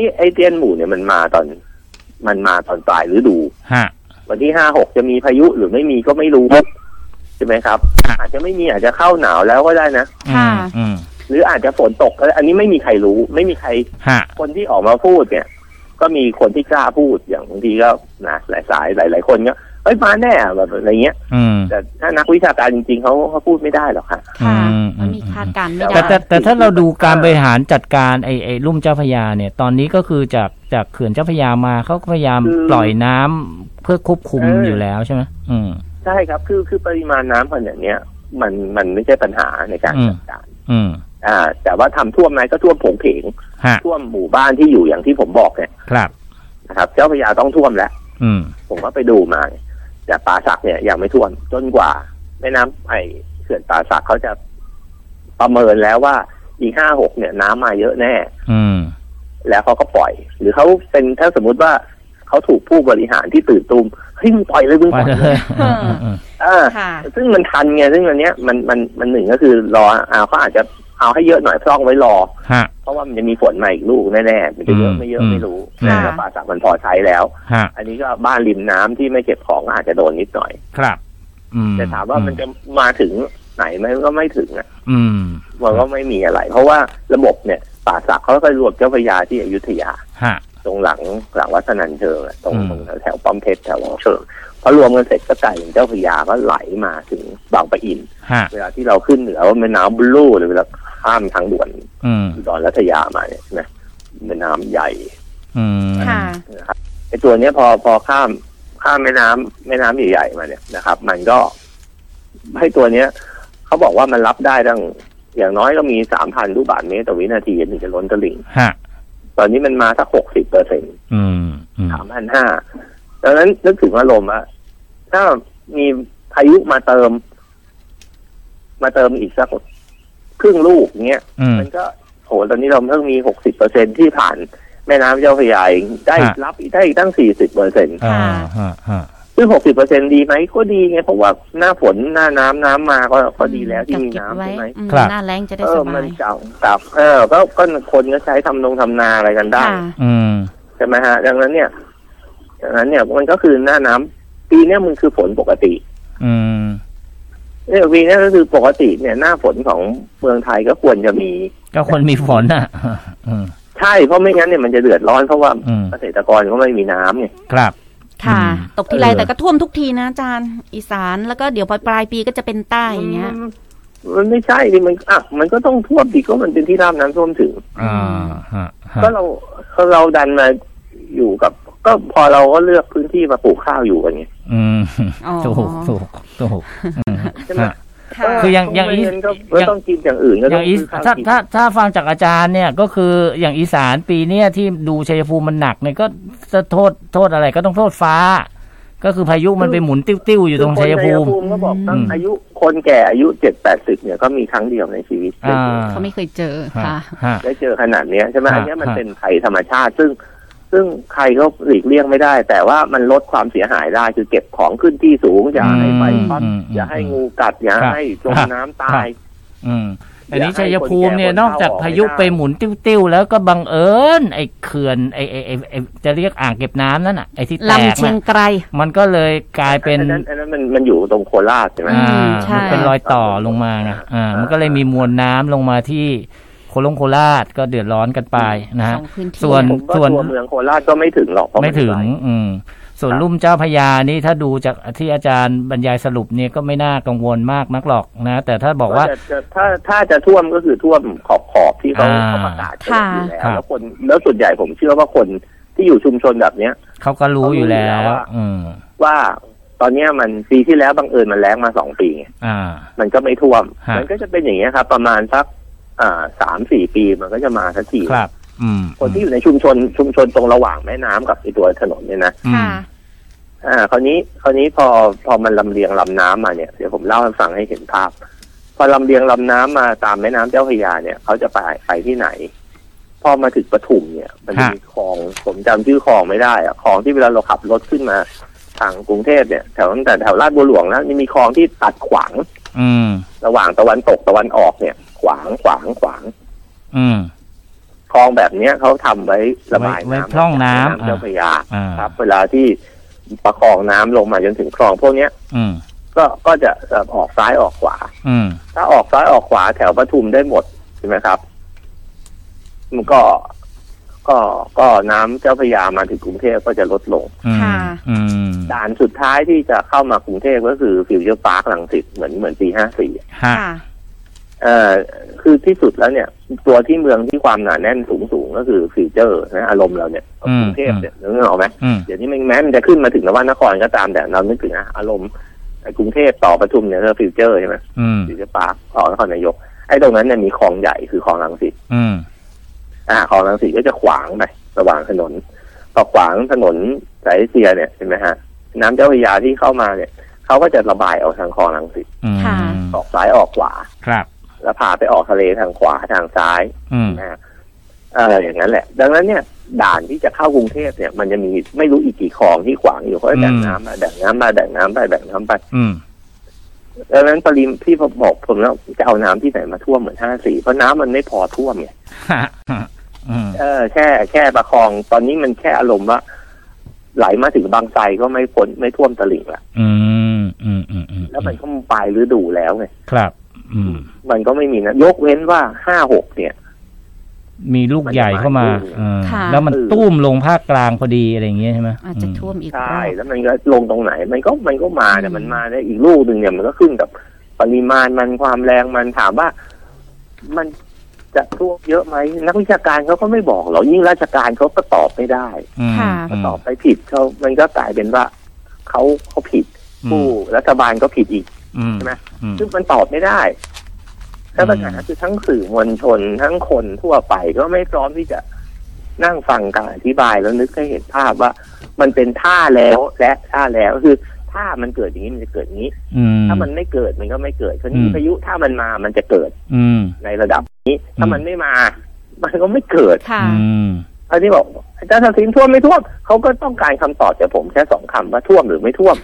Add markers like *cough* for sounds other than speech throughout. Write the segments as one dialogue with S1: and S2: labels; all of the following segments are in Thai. S1: นี่ไอเตียนหมู่เนี่ยมันมาตอน มันมาตอนปลายฤดู
S2: ฮะ
S1: วันที่ห้าหกจะมีพายุหรือไม่มีก็ไม่รู้ใช่ไหมครับ
S2: ครับ
S1: อาจจะไม่มีอาจจะเข้าหนาวแล้วก็ได้นะ
S2: อื
S3: ค่ะ
S2: มอืม
S1: หรืออาจจะฝนตกก็ได้อันนี้ไม่มีใครรู้ ไม่มีใคร
S2: ฮะ
S1: คนที่ออกมาพูดเนี่ย ก็มีคนที่กล้าพูดอย่างบางทีก็นะหลายสายหลายหลายๆคนก็เอ้ยมาแน่แบบอะไรเงี้ย
S2: อืม
S1: แต่ถ้านักวิชาการจริงๆเขาเขาพูดไม่ได้หรอกค่ะ
S3: ค่ะ
S2: อืม
S3: มันมีคาดการณ์ไม่
S2: แต่
S3: ได้
S2: แต่แต่ถ้าเราดูการบริหารจัดการไอ้ไอ้ลุ่มเจ้าพระยาเนี่ย ตอนนี้ก็คือจากจากเขื่อนเจ้าพระยามาเขาก็พยายาม
S1: คือ
S2: ปล่อยน้ำเพื่อควบคุม
S1: เออ
S2: อ
S1: อ
S2: ยู่แล้วใช่ไหมอืม
S1: ใช่ครับ คือคือปริมาณน้ำขนาดเนี้ย มันมันไม่ใช่ปัญหาในการ
S2: อืม
S1: จัดการ
S2: อืม
S1: อ่า แต่ว่าทำท่วมไหมก็ท่วมโผงเพง
S2: ฮะ
S1: ท่วมหมู่บ้านที่อยู่อย่างที่ผมบอกเนี่ย
S2: ครับ
S1: นะครับ เจ้าพระยาต้องท่วมแล้ว
S2: อืม
S1: ผมก็ไปดูมาเนี่ยแต่ป่าสักเนี่ยยังไม่ท่วมจนกว่าแม่น้ำไอเขื่อนป่าสักเขาจะประเมินแล้วว่าอีกห้าหกเนี่ยน้ำมาเยอะแน่
S2: อืม
S1: แล้วเขาก็ปล่อย หรือเขาเป็นถ้าสมมุติว่าเขาถูกผู้บริหารที่ตื่นตูมเฮ้ยมึงปล่อยเลยมึงปล่
S2: ไป
S1: อย
S2: เล
S1: เลย
S2: ยอืมอืมอืม
S1: อ่า
S3: ค่ะ
S1: ซึ่งมันทันไงซึ่งอันเนี้ยมันมันมันหนึ่งก็คือรออ่าเขาอาจจะเอาให้เยอะหน่อยพร่องไว้รอ
S2: ฮะ
S1: เพราะว่ามันจะมีฝนมาอีกลูกแน่ๆมันจะเยอะ
S2: อืม
S1: ไม่เยอะ
S2: อืม
S1: ไม่รู้
S3: ค่ะ
S1: แต่ป่าสักมันพอใช้แล้ว
S2: ฮะ
S1: อันนี้ก็บ้านริมน้ำที่ไม่เก็บของก็อาจจะโดนนิดหน่อย
S2: ครับ อืม
S1: แต่ถามว่ามันจะมาถึงไหนไหมก็ไม่ถึงอ่ะ
S2: อืม
S1: มันก็ไม่มีอะไร เพราะว่าระบบเนี่ย ป่าสักเขาก็รวมเจ้าพระยาที่อยุธยา
S2: ฮะ
S1: ตรงหลังหลังวัดสนันเชิงอะตรง
S2: อืม
S1: ตรงแถวป้อมเพชรแถวหลองเชิงพอรวมกันเสร็จก็กลายเป็นเจ้าพระยาก็ไหลมาถึงบางปะอิน
S2: ฮะ
S1: เวลาที่เราขึ้นเหนือว่าแม่น้ำบลูหรือเวลาข้ามทางด่วน
S2: อืม
S1: อุดอนรัตยามาเนี่ยนะแม่น้ำใหญ่
S2: อืม
S3: ค่ะ
S1: ไอ้ตัวเนี้ยพอพอข้ามข้ามแม่น้ำแม่น้ำใหญ่ๆมาเนี่ยนะครับ มันก็ให้ตัวเนี้ยเขาบอกว่ามันรับได้ตั้งอย่างน้อยก็มีสามพันลูกบาศก์เมตรต่อวินาทีถึงจะล้นตลิ่ง
S2: ฮะ
S1: ตอนนี้มันมาสักหกสิบเปอร์เซ็นต์
S2: อืมอืม
S1: สามพันห้าดังนั้นนึกถึงอารมณ์ว่าถ้ามีพายุมาเติม มาเติมอีกสักครึ่งลูกเนี้ย
S2: อืม
S1: มันก็โหตอนนี้เราเพิ่งมีหกสิบเปอร์เซ็นที่ผ่านแม่น้ำเจ้าพระยาเองได้
S2: ฮะ
S1: รับอีกได้อีกตั้งสี่สิบเปอร์เซ็น
S2: อ่าฮะฮะ
S1: ซึ่งหกสิบเปอร์เซ็นดีไหมก็ดีไง เพราะว่าหน้าฝนหน้าน้ำน้ำมาก็ก็ดีแล้วที่มีน้ำ
S3: เก็บไว้
S1: ใช่ไหม
S3: อืม
S2: ครับ
S3: หน้าแรงจะได้
S1: เออบ
S3: สา
S1: มัน
S3: ย
S1: เก่าตับเออก็ก็คนก็ใช้ทำนงทำนาอะไรกันได้
S3: ค่ะ
S2: อืม
S1: ใช่ไหมฮะ ดังนั้นเนี่ยดังนั้นเนี่ยมันก็คือหน้าน้ำปีเนี้ยมันคือฝนปกติ
S2: อืม
S1: เนี่ยปีเนี้ยก็คือปกติเนี่ยหน้าฝนของเมืองไทยก็ควรจะมี
S2: ก็คนมีฝนอ่ะ อืม
S1: ใช่เพราะไม่งั้นเนี่ยมันจะเดือดร้อนเพราะว่า
S2: อืม
S1: เกษตรกรก็ไม่มีน้ำไง
S2: ครับ
S3: ค่ะ
S2: อืม
S3: ตกทีไร
S2: เออ
S3: แต่ก็ท่วมทุกทีนะอาจารย์อีสานแล้วก็เดี๋ยวปลายปีก็จะเป็นใต้อย่างเงี้ย
S1: มันไม่ใช่ดิมันอ่ะมันก็ต้องท่วมดิก็มันเป็นที่ราบน้ำท่วมถึง
S2: อ่าฮะฮะ
S1: ก็เราเราดันมาอยู่กับ ก็พอเราก็เลือกพื้นที่มาปลูกข้าวอยู่กันไง
S2: อืม *laughs*
S3: อ๋อ
S2: ถูกถูกถูกอืม
S1: ใช่ไหม
S2: ฮะ
S3: ค่ะ
S2: คือยังยัง
S1: ต้
S2: อี
S1: ไม่
S2: ส
S1: เนก็ก็ต้องกินอย่างอื่นก็
S2: อ
S1: ต้อย่าง ง
S2: อีส
S1: ซื้อข้ว
S2: ถ้า
S1: กิน
S2: ถ้าถ้าฟังจากอาจารย์เนี่ยก็คืออย่างอีสานปีเนี้ยที่ดูชัยภูมิมันหนักเนี่ยก็จะโทษโทษอะไรก็ต้องโทษฟ้า ก็คือพายุมันไปหมุนติ้วๆอยู่ตรงชัยภูมิ
S1: คือคนก็บอกตั้ง
S2: อืม
S1: อายุคนแก่อายุเจ็ดแปดสิบเนี่ยก็มีครั้งเดียวในชีวิตได้
S2: อ่า
S1: เจอ
S3: เขาไม่เคยเจอ
S2: ฮะ
S3: ค่ะ
S2: ฮะ
S1: ได้เจอขนาดเนี้ยใช่ไหม
S2: ฮะ
S1: อันเนี้ยมัน
S2: ฮะ
S1: เป็นภัยธรรมชาติ ซึ่ง ซึ่งใครก็หลีกเลี่ยงไม่ได้ แต่ว่ามันลดความเสียหายได้คือเก็บของขึ้นที่สูงอย่าให้ไฟช็อต
S2: ม
S1: อย่าให้
S2: ม
S1: งูกัดอย่า
S2: ครับ
S1: ให้จม
S2: ครับ
S1: น้ำตา
S2: ครั
S1: ย
S2: บ อืมอัน
S1: อ
S2: นี้
S1: ยากให้
S2: ชัยภูมิเนี่
S1: ค
S2: ย
S1: นแก่
S2: นอกจาก
S1: คนเฒ่า
S2: พายุ
S1: ออกไม่ได้
S2: ไปหมุนติ้วๆแล้วก็บังเอิญไอ้เขื่อนไอ้ไอ้ไอ้ไอ้จะเรียกอ่างเก็บน้ำนั่นน่ะไอ้ที่แตก
S3: ลำเชีย
S2: น่ะ
S3: งไกร
S2: มันก็เลยกลายเป็น
S1: อันนั้นอันนั้นมันมันอยู่ตรงโคราชใช่ไหม
S2: อ่า
S3: อืม
S2: มั
S3: ใช่
S2: นเป็นรอยต่อลงมาไงอ่า มันก็เลยมีมวลน้ำลงมาที่โคลงโคราชก็เดือดร้อนกันไปนะฮะ
S3: สองพื้นที่
S2: ส่วน
S1: ผมว่าตัวเมืองโคราชก็ไม่ถึงหรอกเพราะ
S2: ไม่
S1: น
S2: ถึง
S1: ล
S2: อืม ส่วน
S1: ครับ
S2: ลุ่มเจ้าพระยานี่ถ้าดูจากที่อาจารย์บรรยายสรุปเนี่ยก็ไม่น่ากังวลมากนักหรอกนะ แต่ถ้าบอกว่า
S1: จะจะถ้าถ้าจะท่วมก็คือท่วมขอบขอบที่เขา
S2: อ่า
S1: เขาประกาศกันอยู่แล้ว
S2: ค่ะ
S1: แล้วคนแล้วส่วนใหญ่ผมเชื่อว่าคนที่อยู่ชุมชนแบบเนี้ย
S2: เขาก็รู้อยู่แล้ว
S1: เขารู้อยู่แล้วว่า
S2: อืม
S1: ว่าตอนเนี้ยมันปีที่แล้วบังเอิญมันแล้งมาสองปีไง
S2: อ่า
S1: มันก็ไม่ท่วม
S2: ฮะ
S1: มันก็จะเป็นอย่างนี้ยครับ ประมาณสักอ่าสามสี่ปีมันก็จะมาสักที
S2: ครับ อืม
S1: คนที่อยู่ในชุมชนชุมชนตรงระหว่างแม่น้ำกับไอตัวถนนเนี่ยนะ
S2: อืม
S3: ค่ะ
S1: อ่าคราวนี้คราวนี้พอพอมันลำเลียงลำน้ำมาเนี่ยเดี๋ยวผมเล่าให้ฟังให้เห็นภาพ พอลำเลียงลำน้ำมาตามแม่น้ำเจ้าพระยาเนี่ยเขาจะไปไปที่ไหน พอมาถึงปทุมเนี่ย มันจะมีคลองผมจำชื่อคลองไม่ได้อะคลองที่เวลาเราขับรถขึ้นมา ทางกรุงเทพเนี่ยแถวตั้งแต่แถวลาดบัวหลวงแล้วนี่มีคลองที่ตัดขวาง
S2: อืม
S1: ระหว่างตะวันตกตะวันออกเนี่ย ขวางขวางขวาง
S2: อืม
S1: คลองแบบเนี้ยเขาทำไว้ระบาย
S2: ไว้
S1: น้ำ
S2: ไว้พร่องน้ำ
S1: แม่เจ้าพระยา
S2: อ่า
S1: ครับ เวลาที่ประคองน้ำลงมาจนถึงคลองพวกเนี้ย
S2: อืม
S1: ก็ก็จะเอ่อออกซ้ายออกขวา
S2: อืม
S1: ถ้าออกซ้ายออกขวาแถวปทุมได้หมดใช่ไหมครับ มันก็ก็ก็น้ำเจ้าพระยามาถึงกรุงเทพก็จะลดลง
S2: อืม
S3: ค่ะ
S2: อืม
S1: ด่านสุดท้ายที่จะเข้ามากรุงเทพก็คือฟิวเจอร์พาร์คลังสิตเหมือนเหมือนปีห้าสี่
S2: ฮะ
S3: ค่ะ
S1: เอ่อคือที่สุดแล้วเนี่ย ตัวที่เมืองที่ความหนาแน่นสูงสูงๆก็คือฟิวเจอร์นะอารมณ์เราเนี่ยกรุงเทพเนี่ยนึกออกไหม
S2: อืม
S1: เดี๋ยวนี้มันแม้มันจะขึ้นมาถึงนวนครก็ตามแต่เรานึกถึงอะอารมณ์ไอ้กรุงเทพต่อปทุมเนี่ยก็ฟิวเจอร์ใช่ไหม
S2: อืม
S1: ฟิวเจอร์พาร์คต่อนครนายกไอ้ตรงนั้นเนี่ยมีคลองใหญ่คือคลองลังสิต
S2: อืม
S1: อ่าคลองลังสิตก็จะขวางไประหว่างถนนพอขวางถนนสายเอเชียเนี่ยเห็นไหมฮะน้ำเจ้าพระยาที่เข้ามาเนี่ยเขาก็จะระบายออกทางคลองลังสิต
S2: อืม
S3: ค่ะ
S1: ออกซ้ายออกขวา
S2: ครับ
S1: แล้วพาไปออกทะเลทางขวาทางซ้าย
S2: อืม
S1: นะฮะเอออย่างนั้นแหละ ดังนั้นเนี่ย ด่านที่จะเข้ากรุงเทพเนี่ย มันจะมีไม่รู้อีกกี่คลองที่ขวางอยู่เขาจะแบ่ง
S2: อืม
S1: น้ำมาแบ่งน้ำมาแบ่งน้ำไปแบ่งน้ำไป
S2: อืม
S1: ดังนั้นปริมที่ผมบอกผมแล้วจะเอาน้ำที่ไหนมาท่วมเหมือนห้าสี่เพราะน้ำมันไม่พอท่วมไง
S2: ฮะอืม
S1: เออแค่แค่ประคองตอนนี้มันแค่อารมณ์ว่า ไหลมาถึงบางไทรก็ไม่พ้นไม่ท่วมตลิ่งละ
S2: อืม อืม อืม อืม
S1: แล้วมันก็ปลายฤดูแล้วไง
S2: ครับ อืม
S1: มันก็ไม่มีนะยกเว้นว่าห้าหกเนี่ย
S2: มีลูกใหญ่เข้ามาเออ
S3: ค่ะ
S2: แล้วมันตุ้มลงภาคกลางพอดีอะไรอย่างเงี้ยใช่ไหม
S3: อาจจะท่วมอีกร
S1: ใช่
S3: อบ
S1: แล้วมันก็ลงตรงไหน มันก็มันก็มาเนี่ย
S3: อืม
S1: มันมาได้อีกลูกหนึ่งเนี่ยมันก็ขึ้นกับปริมาณมันความแรงมันถามว่า มันจะท่วมเยอะไหมนักวิชาการเขาก็ไม่บอกหรอกยิ่งราชการเขาก็ตอบไม่ได้
S2: อืม
S3: ค่ะ
S1: เขาตอบไปผิดเขามันก็กลายเป็นว่าเขาเขาผิด
S2: อื
S1: ผู้
S2: ม
S1: รัฐบาลก็ผิดอีก
S2: อืม
S1: ใช่ไหม
S2: อืม
S1: ซึ่งมันตอบไม่ได้แล้วปัญหาคือทั้งสื่อมวลชนทั้งคนทั่วไปก็ไม่พร้อมที่จะนั่งฟังการอธิบายแล้วนึกให้เห็นภาพว่า มันเป็นท่าแล้วและท่าแล้วคือถ้ามันเกิดอย่างนี้มันจะเกิดอย่างนี้
S2: อืม
S1: ถ้ามันไม่เกิดมันก็ไม่เกิดคราว
S2: อื
S1: นี้
S2: ม
S1: พายุถ้ามันมามันจะเกิด
S2: อืม
S1: ในระดับนี้ ถ้า
S2: อืม
S1: มันไม่มา มันก็ไม่เกิด
S3: ค่ะ
S2: อืม
S1: คราวนี้บอกอาจารย์ทักษิณท่วมไม่ท่วมเขาก็ต้องการคำตอบจากผมแค่สองคำว่าท่วมหรือไม่ท่วม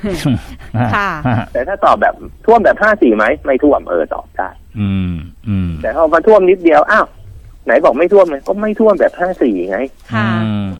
S3: ค่ะ
S2: ฮ
S1: แต่ถ้าตอบแบบท่วมแบบห้าสี่ไหมไม่ท่วมเออตอบได้
S2: อืม อืม
S1: แต่พอมาท่วมนิดเดียว อ้าว ไหนบอกไม่ท่วมไงก็ไม่ท่วมแบบห้าสี่ไง
S3: ค่ะ
S2: อืม